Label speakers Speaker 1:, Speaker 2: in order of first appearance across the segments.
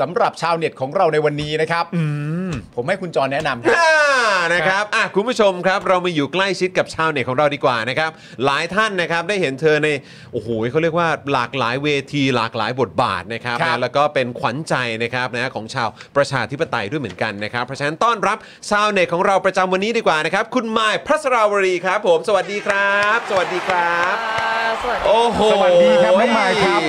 Speaker 1: สำหรับชาวเน็ตของเราในวันนี้นะครับผมให้คุณจรแนะนำครับ
Speaker 2: อ่านะครับอ่ะคุณผู้ชมครับ เรามาอยู่ใกล้ชิดกับชาวเน็ตของเราดีกว่านะครับ หลายท่านนะครับได้เห็นเธอในโอ้โหเขาเรียกว่าหลากหลายเวที หลากหลายบทบาทนะครับ
Speaker 1: ครับ
Speaker 2: นะแล้วก็เป็นขวัญใจนะครับนะของชาวประชาธิปไตยด้วยเหมือนกันนะครับเพราะฉะนั้นต้อนรับชาวเน็ตของเราประจำวันนี้ดีกว่านะครับ คุณมายพัสราวรีครับ ผม สวัสดีครับ สวัสดีครับ
Speaker 3: สวัสดี
Speaker 2: โอ้โห
Speaker 1: สวัสดีครับน้องมายครับ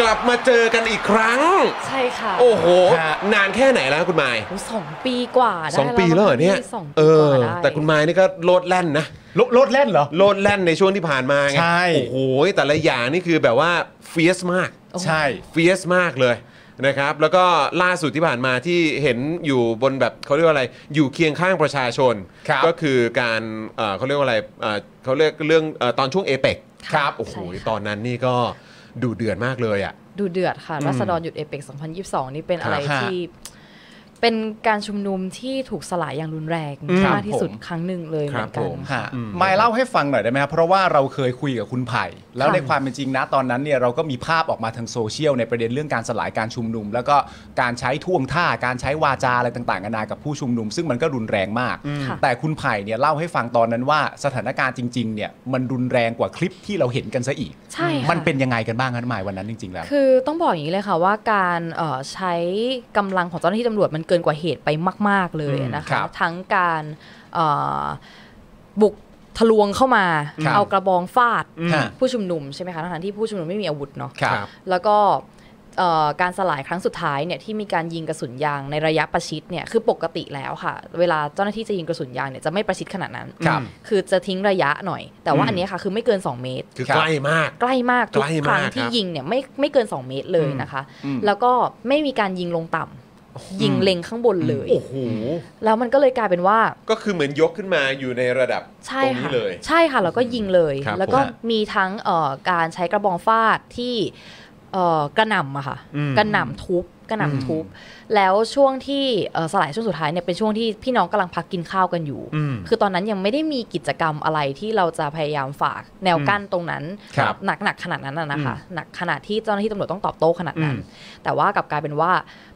Speaker 2: กลับมาเจอกันอีกครั้ง
Speaker 3: ใช่ค่ะ
Speaker 2: โอ้โห
Speaker 1: ฮะ
Speaker 2: นานแค่ไหนแล้วคุณมาย
Speaker 3: โหสองปีกว่าได้
Speaker 2: สองปีแล้วเหรอเนี่ย
Speaker 3: สอง
Speaker 2: เอ
Speaker 3: ปีก
Speaker 2: อ
Speaker 3: ว่าได้
Speaker 2: แต่คุณไม้นี่ก็โลดแล่นนะ
Speaker 1: ลดลดเล่นเหรอ
Speaker 2: โลดแล่นในช่วงที่ผ่านมาไง
Speaker 1: ใช่
Speaker 2: โอ้โห แต่ละอย่างนี่คือแบบว่าเฟียสมาก
Speaker 1: ใช่
Speaker 2: เฟียสมากเลยนะครับ แล้วก็ล่าสุดที่ผ่านมาที่เห็นอยู่บนแบบเขาเรียกว่าอะไร อยู่เคียงข้างประชาชน
Speaker 1: ครับ
Speaker 2: ก็คือการเอ่อเขาเรียกว่าอะไรเอ่อเขาเรียกเรื่องเอ่อตอนช่วงเอเปก
Speaker 1: ครับ
Speaker 2: โอ้โห
Speaker 3: ใช่ค่ะ
Speaker 2: ตอนนั้นนี่ก็ดูเดือดมากเลยอ่ะ
Speaker 3: ดูเดือดค่ะรัษฎรหยุดเอเปก2022 นี่เป็นอะไร
Speaker 1: ฮะ
Speaker 3: ที่ เป็นการชุมนุมที่ถูกสลายอย่างรุนแรง
Speaker 1: ครับ
Speaker 3: มากที่สุด
Speaker 1: ผม
Speaker 3: ครั้งหนึ่งเลยเหมือน
Speaker 2: ค
Speaker 3: กั
Speaker 2: รับผ
Speaker 3: น
Speaker 2: ม
Speaker 1: ฮะมายเล่าให้ฟังหน่อยได้ไหมครับเพราะว่าเราเคยคุยกับคุณไผ่แล้ว
Speaker 3: ค่ะ
Speaker 1: ในความเป็นจริงนะตอนนั้นเนี่ยเราก็มีภาพออกมาทางโซเชียลในประเด็นเรื่องการสลายการชุมนุม แล้วก็การใช้ท่วงท่าการใช้วาจาอะไรต่างๆนานากับผู้ชุมนุม ซึ่งมันก็รุนแรงมาก
Speaker 3: ค่ะ
Speaker 1: แต่คุณไผ่เนี่ยเล่าให้ฟังตอนนั้นว่าสถานการณ์จริงๆเนี่ยมันรุนแรงกว่าคลิปที่เราเห็นกันซะอีก
Speaker 3: ใช่ค่ะ
Speaker 1: มันเป็นยังไงกันบ้างครับหมายวันนั้นจริง ๆ แล้ว
Speaker 3: คือต้องบอกอย่างนี้เลยค่ะว่าการเอ่อใช้กำลังของเจ้าหน้าที่ตำรวจมันเกินกว่าเหตุไปมาก ๆ เลยนะ
Speaker 1: ครั
Speaker 3: คะ
Speaker 1: บ
Speaker 3: ทั้งการเอ่อบุกทะลวงเข้ามา
Speaker 1: ครับ
Speaker 3: เอากระบองฟาด
Speaker 1: อืม
Speaker 3: ผู้ชุมนุมใช่ไหมคะทั้งๆที่ผู้ชุมนุมไม่มีอาวุธเนาะ
Speaker 1: ครับ
Speaker 3: แล้วก็เอ่อการสลายครั้งสุดท้ายเนี่ยที่มีการยิงกระสุนยางในระยะประชิดเนี่ยคือปกติแล้วค่ะ เวลาเจ้าหน้าที่จะยิงกระสุนยางเนี่ยจะไม่ประชิดขนาดนั้น
Speaker 1: ครับ
Speaker 3: อจะทิ้งระยะหน่อย แต่ว่าอันเนี้ยค่ะคือไม่เกิน 2 เมตร
Speaker 2: คือ
Speaker 1: ครับ
Speaker 2: ใกล้มาก
Speaker 3: ใกล้มากทุก
Speaker 2: ใกล้มาก
Speaker 3: ครั้ง
Speaker 2: ค
Speaker 3: ที่
Speaker 2: รับ
Speaker 3: ยิงเนี่ยไม่ไม่เกิน 2 เมตรเลยนะคะ
Speaker 1: อืม
Speaker 3: แล้วก็ไม่มีการยิงลงต่ำยิงเล็งข้างบนเลย
Speaker 2: โอ้โห
Speaker 3: แล้วมันก็เลยกลายเป็นว่า
Speaker 2: ก็คือเหมือนยกขึ้นมาอยู่ในระดับ
Speaker 3: ใช่
Speaker 2: ตรงนี้
Speaker 3: ค่ะ
Speaker 2: เลย
Speaker 3: ใช่ค่ะแล้วก็ยิงเลย
Speaker 2: ครับ
Speaker 3: แล้วก็
Speaker 2: ผมฮะ
Speaker 3: มีทั้งเอ่อการใช้กระบองฟาดที่เอ่อกระหน่ำอะค่ะกระหน่ำทุบกระหน่ำทุบ แล้วช่วงที่เอ่อสลายช่วงสุดท้ายเนี่ยเป็นช่วงที่พี่น้องกำลังพักกินข้าวกันอยู่ คือตอนนั้นยังไม่ได้มีกิจกรรมอะไรที่เราจะพยายามฝากแนวกั้นตรงนั้น
Speaker 2: ครับ
Speaker 3: หนักหนักๆขนาดนั้นน่ะนะคะหนักขนาดที่เจ้าหน้าที่ตำรวจต้องตอบโต้ขนาดนั้น แต่ว่ากลับกลายเป็นว่า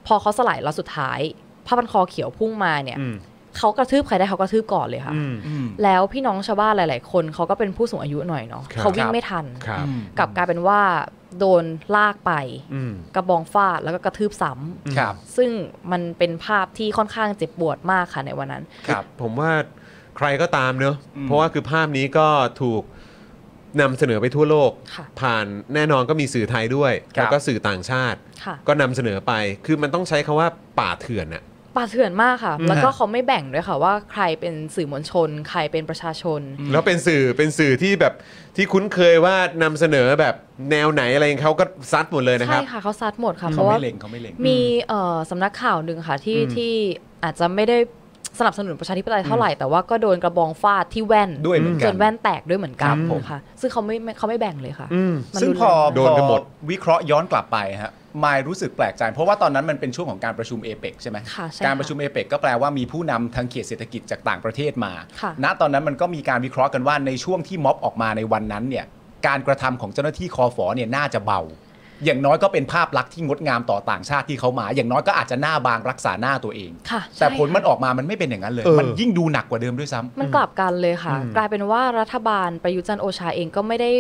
Speaker 3: พอเขาสลายแล้วสุดท้ายผ้าพันคอเขียวพุ่งมาเนี่ยเขากระทืบใครได้เขากระทืบก่อนเลยค่ะ
Speaker 1: อืม
Speaker 3: แล้วพี่น้องชาวบ้านหลาย ๆ คนเขาก็เป็นผู้สูงอายุหน่อยเนาะ
Speaker 2: ครับ
Speaker 3: เขาวิ่งไม่ทัน
Speaker 2: ครับ
Speaker 3: กลับกลายเป็นว่าโดนลากไป
Speaker 2: อืม
Speaker 3: กระบองฟาดแล้วก็กระทืบซ้ำ
Speaker 1: ครับ
Speaker 3: ซึ่งมันเป็นภาพที่ค่อนข้างเจ็บปวดมากค่ะในวันนั้น
Speaker 1: ครับ
Speaker 2: ผมว่าใครก็ตามเนอะ
Speaker 1: อืม
Speaker 2: เพราะว่าคือภาพนี้ก็ถูกนำเสนอไปทั่วโลก
Speaker 3: ค่ะ
Speaker 2: ผ่านแน่นอนก็มีสื่อไทยด้วย
Speaker 1: ครับ
Speaker 2: แล้วก็สื่อต่างชาติ
Speaker 3: ค่ะ
Speaker 2: ก็นำเสนอไป คือมันต้องใช้คำว่าป่าเถื่อนน่ะ
Speaker 3: ป่าเถื่อนมากค่ะ
Speaker 2: อืม
Speaker 3: แล้วก็เขาไม่แบ่งด้วยค่ะว่าใครเป็นสื่อมวลชน ใครเป็นประชาชน
Speaker 2: แล้วเป็นสื่อเป็นสื่อที่แบบที่คุ้นเคยว่านำเสนอแบบแนวไหนอะไรเขาก็ซัดหมดเลยนะครับ
Speaker 3: ใช่ค่ะเขาซัดหมดค่ะเพ
Speaker 1: เขา
Speaker 3: ราะว่า
Speaker 1: ไม่เล็งเขาไม่เล็ง
Speaker 3: มีเอ่อสำนักข่าวหนึ่งค่ะที่ที่อาจจะไม่ได้สนับสนุนประชาธิปไตยเท่าไหร่ แต่ว่าก็โดนกระบองฟาดที่แว่น
Speaker 1: ด้วยเหมือนกัน
Speaker 3: จนแว่นแตกด้วยเหมือน
Speaker 1: ค
Speaker 3: กั
Speaker 1: รั
Speaker 3: น
Speaker 1: บผม
Speaker 3: ค่ะ ซึ่งเขาไม่ไม่เขาไม่แบ่งเลยค่ะ
Speaker 2: อืม
Speaker 3: มัน
Speaker 1: ซึ่ง
Speaker 3: รุน
Speaker 1: พ
Speaker 3: แร
Speaker 1: อ
Speaker 2: โดนกันหมด
Speaker 1: พอวิเคราะห์ย้อนกลับไปฮะมายรู้สึกแปลกใจ เพราะว่าตอนนั้นมันเป็นช่วงของการประชุมเอเปกใช่ไหม
Speaker 3: ค่ะใช่
Speaker 1: การประชุมเอเปกก็แปลว่ามีผู้นำทางเขตเศรษฐกิจจากต่างประเทศมา
Speaker 3: ค่ะ
Speaker 1: ณตอนนั้นมันก็มีการวิเคราะห์กันว่าในช่วงที่ม็อบออกมาในวันนั้นเนี่ยการกระทำของเจ้าหน้าที่คอฟอเนี่ยน่าจะเบา อย่างน้อยก็เป็นภาพลักษณ์ที่งดงามต่อต่างชาติที่เขามา อย่างน้อยก็อาจจะหน้าบางรักษาหน้าตัวเอง
Speaker 3: ค่ะใช่
Speaker 1: แต่ผล
Speaker 3: ค่ะ
Speaker 1: มันออกมามันไม่เป็นอย่างนั้นเลย
Speaker 2: เออ
Speaker 1: มันยิ่งดูหนักกว่าเดิมด้วยซ้ำ
Speaker 3: มันกลับกันเลยค่ะ กลายเป็นว่ารัฐบาลประยุทธ์จันทร์โอชาเองก็ไม่ได้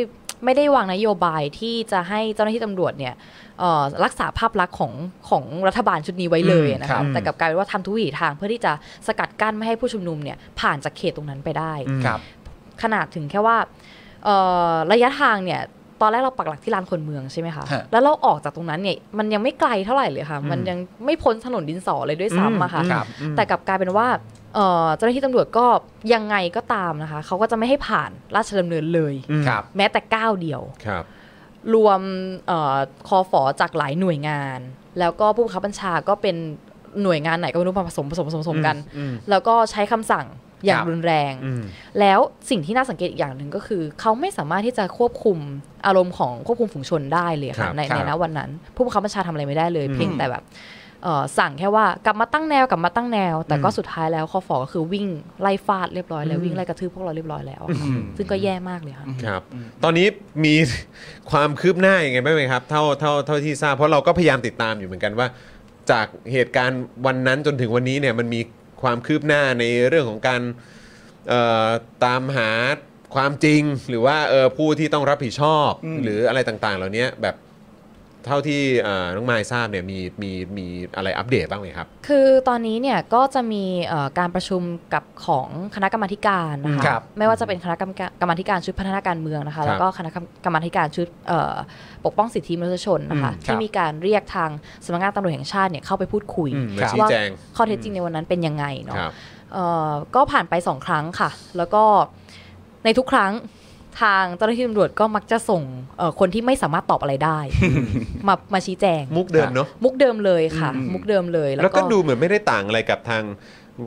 Speaker 3: ไม่ได้วางนโยบายที่จะให้เจ้าหน้าที่ตำรวจเนี่ยเอ่อรักษาภาพลักษณ์ของของรัฐบาลชุดนี้ไว้เลยนะ
Speaker 1: ครั
Speaker 3: คะ
Speaker 1: บ
Speaker 3: แต่กลับกลายเป็นว่าทำทุกวิถีทางเพื่อที่จะสกัดกั้นไม่ให้ผู้ชุมนุมเนี่ยผ่านจากเขตตรงนั้นไปได้
Speaker 1: ครับ
Speaker 3: ขนาดถึงแค่ว่าเอ่อระยะทางเนี่ยตอนแรกเราปักหลักที่ลานคนเมืองใช่ไหมคะ
Speaker 1: ฮะ
Speaker 3: แล้วเราออกจากตรงนั้นเนี่ยมันยังไม่ไกลเท่าไหร่เลยค่ะ มันยังไม่พ้นถนนดินสอเลยด้วยซ้ำอะค่ะ
Speaker 1: ครับ
Speaker 3: แต่กลับกลายเป็นว่าเอ่อเจ้าหน้าที่ตำรวจก็ยังไงก็ตามนะคะ เขาก็จะไม่ให้ผ่านราชดำเนินเลย
Speaker 1: ครับ
Speaker 3: แม้แต่ก้าวเดียว
Speaker 2: ครับ
Speaker 3: รวมเออคอฝอจากหลายหน่วยงาน แล้วก็ผู้บังคับบัญชาก็เป็นหน่วยงานไหนก็ไม่รู้มาผสมผสมผสมผสมกัน แล้วก็ใช้คำสั่งอย่า
Speaker 1: ค
Speaker 3: ง
Speaker 1: รับ
Speaker 3: รุนแรง แล้วสิ่งที่น่าสังเกตอีกอย่างหนึ่งก็คือ เขาไม่สามารถที่จะควบคุมอารมณ์ของควบคุมฝูงชนได้เลย
Speaker 2: ครั
Speaker 3: ค่ะ
Speaker 2: บ
Speaker 3: ใน
Speaker 2: ครับ
Speaker 3: ในณวันนั้น ผู้บังคับบัญชาทำอะไรไม่ได้เลย เพียงแต่แบบเอ่อสั่งแค่ว่ากลับมาตั้งแนวกลับมาตั้งแนว แต่ก็สุดท้ายแล้วคอฟอก็คือวิ่งไล่ฟาดเรียบร้อยแล้ววิ่งไล่กระทืบพวกเราเรียบร้อยแล้วค่ะซึ่งก็แย่มากเลยค่ะ
Speaker 2: ครับ ตอนนี้มี ความคืบหน้ายังไงบ้างไหมครับ เท่าเท่าเท่าที่ทราบ เพราะเราก็พยายามติดตามอยู่เหมือนกันว่า จากเหตุการณ์วันนั้นจนถึงวันนี้เนี่ยมันมีความคืบหน้าในเรื่องของการเอ่อตามหาความจริง หรือว่าเออผู้ที่ต้องรับผิดชอบ
Speaker 1: อืม
Speaker 2: หรืออะไรต่างๆ เหล่านี้แบบเท่าที่เอ่อน้องมายทราบเนี่ยมีมีมีอะไรอัปเดตบ้างไหมครับ
Speaker 3: คือตอนนี้เนี่ยก็จะมีเอ่อการประชุมกับของคณะกรรมาธิการนะ
Speaker 1: ครั
Speaker 3: คะ
Speaker 1: บ
Speaker 3: ไม่ว่าจะเป็นคณะกรรมการกรรมาธิการชุดพัฒนาการเมืองนะ
Speaker 2: ครั
Speaker 3: คะ
Speaker 2: บ
Speaker 3: แล้วก็คณะกรรมาธิการชุดเอ่อปกป้องสิทธิมนุษยชนนะคะ
Speaker 2: อืมครับ
Speaker 3: ที่มีการเรียกทางสำนักงานตำรวจแห่งชาติเนี่ยเข้าไปพูดคุย
Speaker 2: อืมมา
Speaker 1: ครับ
Speaker 2: ชี้แจง
Speaker 3: ข้อเท็จจริงในวันนั้นเป็นยังไงเนาะ
Speaker 2: ครับ
Speaker 3: เอ่อก็ผ่านไปสองครั้งค่ะ แล้วก็ในทุกครั้งทางเจ้าหน้าที่ตำรวจก็มักจะส่งเอ่อคนที่ไม่สามารถตอบอะไร ได้ มามาชี้แจง
Speaker 2: มุกเดิมเนาะ
Speaker 3: มุกเดิมเลยค่ะ มุกเดิมเลย
Speaker 2: แล้วก็ดูเหมือนไม่ได้ต่างอะไรกับทาง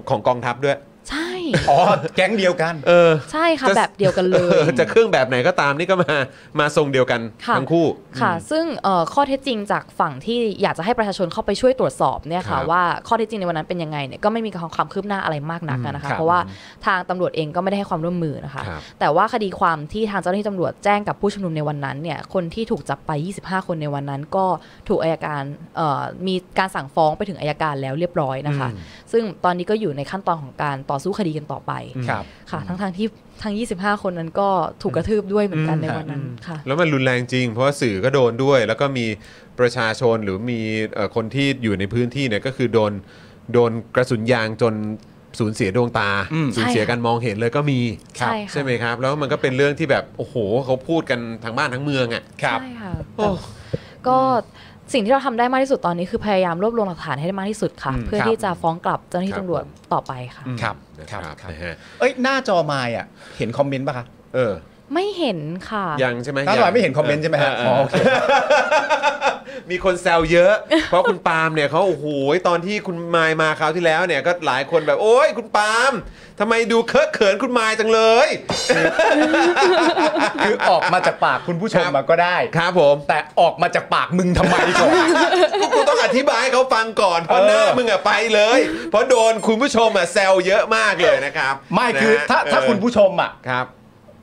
Speaker 2: ของกองทัพด้วย
Speaker 3: ใช่
Speaker 1: อ๋อแก๊งเดียวกัน
Speaker 2: เออ
Speaker 3: ใช่ค่ะ
Speaker 2: จะ
Speaker 3: แบบเดียวกันเล
Speaker 2: เออย จะเครื่องแบบไหนก็ตามนี่ก็มามาทรงเดียวกัน
Speaker 3: ค่ะ
Speaker 2: ทั้งคู่
Speaker 3: ค่ะ ซึ่งเอ่อข้อเท็จจริงจากฝั่งที่อยากจะให้ประชาชนเข้าไปช่วยตรวจสอบเนี่ย
Speaker 2: ค
Speaker 3: ค่ะ
Speaker 2: รับ
Speaker 3: ว่าข้อเท็จจริงในวันนั้นเป็นยังไงเนี่ยก็ไม่มีความคืบหน้าอะไรมากนักอะ
Speaker 2: อื
Speaker 3: นะ
Speaker 2: มครั
Speaker 3: คะ
Speaker 2: บ
Speaker 3: เพราะว่าทางตำรวจเองก็ไม่ได้ให้ความร่วมมือนะคะ
Speaker 2: ครับ
Speaker 3: แต่ว่าคดีความที่ทางเจ้าหน้าที่ตำรวจแจ้งกับผู้ชุมนุมในวันนั้นเนี่ยคนที่ถูกจับไป 25 คนในวันนั้น ก็ถูกอายการเอ่อมีการสั่งฟ้องไปถึงอายการแล้วเรียบร้อยนะคะ
Speaker 2: อืม
Speaker 3: ซึ่งตอนนี้ก็อยู่ในขั้นตอนของการต่อสู้คดีกันต่อไป
Speaker 1: ครับ
Speaker 3: ค่ะ ทั้งทางๆที่ทั้ง 25 คนนั้นก็ถูกกระทืบด้วยเหมือนกัน
Speaker 2: อืม
Speaker 3: ในวันนั้นค่ะ
Speaker 2: แล้วมันรุนแรงจริง เพราะว่าสื่อก็โดนด้วย แล้วก็มีประชาชนหรือมีเอ่อคนที่อยู่ในพื้นที่เนี่ยก็คือโดนโดนกระสุนยางจนสูญเสียดวงตา
Speaker 1: อืม
Speaker 2: สูญเสีย
Speaker 3: ใช่ค่ะ
Speaker 2: การมองเห็นเลยก็มี
Speaker 3: ใช่ค่ะ
Speaker 2: ใช่ไหมครับ แล้วมันก็เป็นเรื่องที่แบบโอ้โหเขาพูดกันทั้งบ้านทั้งเมืองอ่ะ
Speaker 1: ครับ
Speaker 3: ใช่ค่ะ
Speaker 2: โอ้
Speaker 3: ก็สิ่งที่เราทำได้มากที่สุดตอนนี้คือพยายามรวบรวมหลักฐานให้ได้มากที่สุดค่ะ
Speaker 2: อืม
Speaker 3: เพื่อ
Speaker 1: ครับ
Speaker 3: ที่จะฟ้องกลับเจ้าหน้า
Speaker 2: ค
Speaker 3: ที่
Speaker 2: รับ
Speaker 3: ตำรวจต่อไปค่ะ
Speaker 1: ครับ
Speaker 2: นะค
Speaker 1: ครั
Speaker 2: รับบ
Speaker 1: ครับ
Speaker 2: นะฮะ
Speaker 1: เอ้ยหน้าจอมายอ่ะเห็นคอมเมนต์ป่ะคะ
Speaker 2: เออ
Speaker 3: ไม่เห็นค่ะ
Speaker 2: ยังใช่ไหม
Speaker 1: หน้าจอมายไม่เห็นคอมเมนต์ใช่ไหมฮะอ๋อโอเค
Speaker 2: มีคนแซวเยอะ เพราะคุณปาล์มเนี่ยเขาโอ้โหตอนที่คุณมายมาคราวที่แล้วเนี่ยก็หลายคนแบบโอ้ยคุณปาล์มทำไมดูเคอะเขินคุณมายจังเลย
Speaker 1: คือออกมาจากปากคุณผู้ชม
Speaker 2: ครับ
Speaker 1: มาก็ได้
Speaker 2: ครับผม
Speaker 1: แต่ออกมาจากปากมึงทำไมก่อน
Speaker 2: กูกูต้องอธิบายให้เขาฟังก่อนเพราะ
Speaker 1: เออ
Speaker 2: หน้ามึงอะไปเลย เพราะโดนคุณผู้ชมอะแซวเยอะมากเลยนะครับ
Speaker 1: ไม่
Speaker 2: นะ
Speaker 1: คือถ้า
Speaker 2: เ
Speaker 1: ถ้าคุณผู้ชมอ่ะ
Speaker 2: ครับ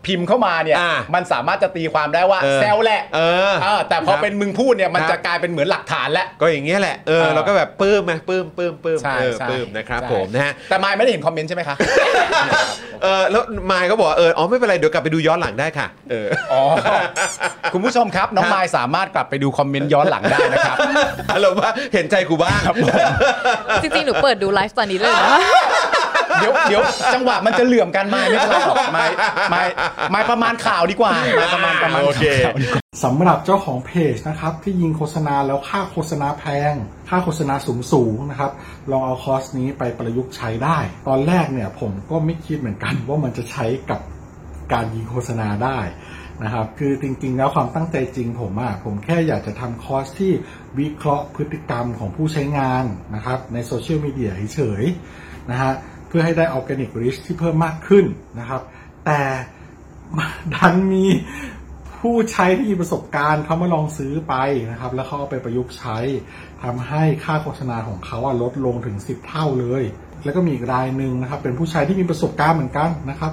Speaker 1: พิมพ์เข้ามาเนี่ย
Speaker 2: อ่า
Speaker 1: มันสามารถจะตีความได้ว่า
Speaker 2: เออ
Speaker 1: แซวแหละ
Speaker 2: เออ
Speaker 1: เออแต่พอเป็นมึงพูดเนี่ย มัน
Speaker 2: ครับ
Speaker 1: จะกลายเป็นเหมือนหลักฐานแล้ว
Speaker 2: ก็อย่างเงี้ยแหละเออ
Speaker 1: เออ
Speaker 2: เราก็แบบปลื้มไหมปลื้มปลื้มปลื้ม
Speaker 1: ใช่
Speaker 2: เออ
Speaker 1: ใช่
Speaker 2: ปลื้มนะครับ
Speaker 1: ใช่
Speaker 2: ผมนะฮะ
Speaker 1: แต่มายไม่ได้เห็นคอมเมนต์ใช่ไห มคะ
Speaker 2: เออแล้วมายก็บอกว่าเอออ๋อไม่เป็นไร เดี๋ยวกลับไปดูย้อนหลังได้ค่ะ เอ อ
Speaker 1: อ๋อ คุณผู้ชมครับ น้องมายสามารถกลับไปดูคอมเมนต์ย้อนหลังได้นะครับ
Speaker 2: อารมณ์ว่าเห็นใจกูบ้าง
Speaker 3: จริงๆ หนูเปิดดูไลฟ์ตอนนี้เลยนะ
Speaker 1: เดี๋ยวเดี๋ยวจังหวะมันจะเหลื่อมกันมายไม่เป็นไรหรอกมายมายมายประมาณข่าวดีกว่ามายประมาณประมาณ
Speaker 2: โอเค
Speaker 1: ข่าวดีกว่า
Speaker 4: สำหรับเจ้าของเพจนะครับที่ยิงโฆษณาแล้วค่าโฆษณาแพง ค่าโฆษณาสูงสูงๆนะครับลองเอาคอร์สนี้ไปประยุกต์ใช้ได้ ตอนแรกเนี่ยผมก็ไม่คิดเหมือนกัน ว่ามันจะใช้กับการยิงโฆษณาได้นะครับคือจริงๆ แล้วความตั้งใจจริงผมอะผมแค่อยากจะทำคอร์สที่วิเคราะห์พฤติกรรมของผู้ใช้งานนะครับในโซเชียลมีเดียเฉยๆนะฮะเพื่อให้ได้ออร์แกนิกริชที่เพิ่มมากขึ้นนะครับแต่ ดันมี ผู้ใช้ที่มีประสบการณ์เขามาลองซื้อไปนะครับ แล้วเขาเอาไปประยุกต์ใช้ทำให้ค่าโฆษณาของเขาอะลดลงถึง 10 เท่าเลย แล้วก็มีอีกรายหนึ่งนะครับ เป็นผู้ใช้ที่มีประสบการณ์เหมือนกันนะครับ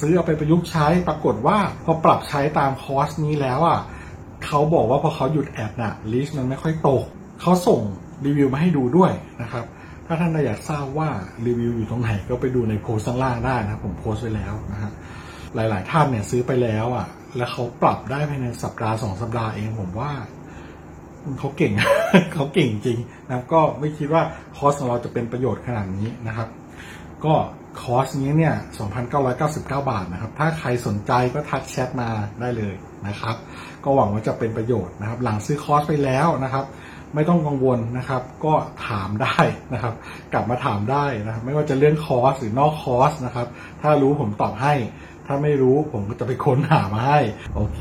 Speaker 4: ซื้อเอาไปประยุกต์ใช้ปรากฏว่าพอปรับใช้ตามคอร์สนี้แล้วอ่ะเขาบอกว่าพอเขาหยุดแอดน่ะลิสต์มันไม่ค่อยตกเขาส่งรีวิวมาให้ดูด้วยนะครับ ถ้าท่านอยากทราบว่ารีวิวอยู่ตรงไหนก็ไปดูในโพสต์ข้างล่างได้นะครับผมโพสต์ไว้แล้วนะครับ หลาย ๆ ท่านเนี่ยซื้อไปแล้วอ่ะ แล้วเขาปรับได้ภายในสัปดาห์สองสัปดาห์เองผมว่าเขาเก่ง เขาเก่งจริงนะครับก็ไม่คิดว่าคอร์สของเราจะเป็นประโยชน์ขนาดนี้นะครับ ก็คอร์สนี้เนี่ย 2,999 บาทนะครับ ถ้าใครสนใจก็ทักแชทมาได้เลยนะครับ ก็หวังว่าจะเป็นประโยชน์นะครับ หลังซื้อคอร์สไปแล้วนะครับ ไม่ต้องกังวลนะครับ ก็ถามได้นะครับ กลับมาถามได้นะครับ ไม่ว่าจะเรื่องคอร์สหรือนอกคอร์สนะครับ ถ้ารู้ผมตอบให้ ถ้าไม่รู้ผมก็จะไปค้นหามาให้ โอเค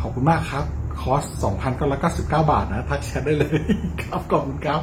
Speaker 4: ขอบคุณมากครับ คอร์ส 2,999 บาทนะ ทักแชทได้เลย ครับ ขอบคุณครับ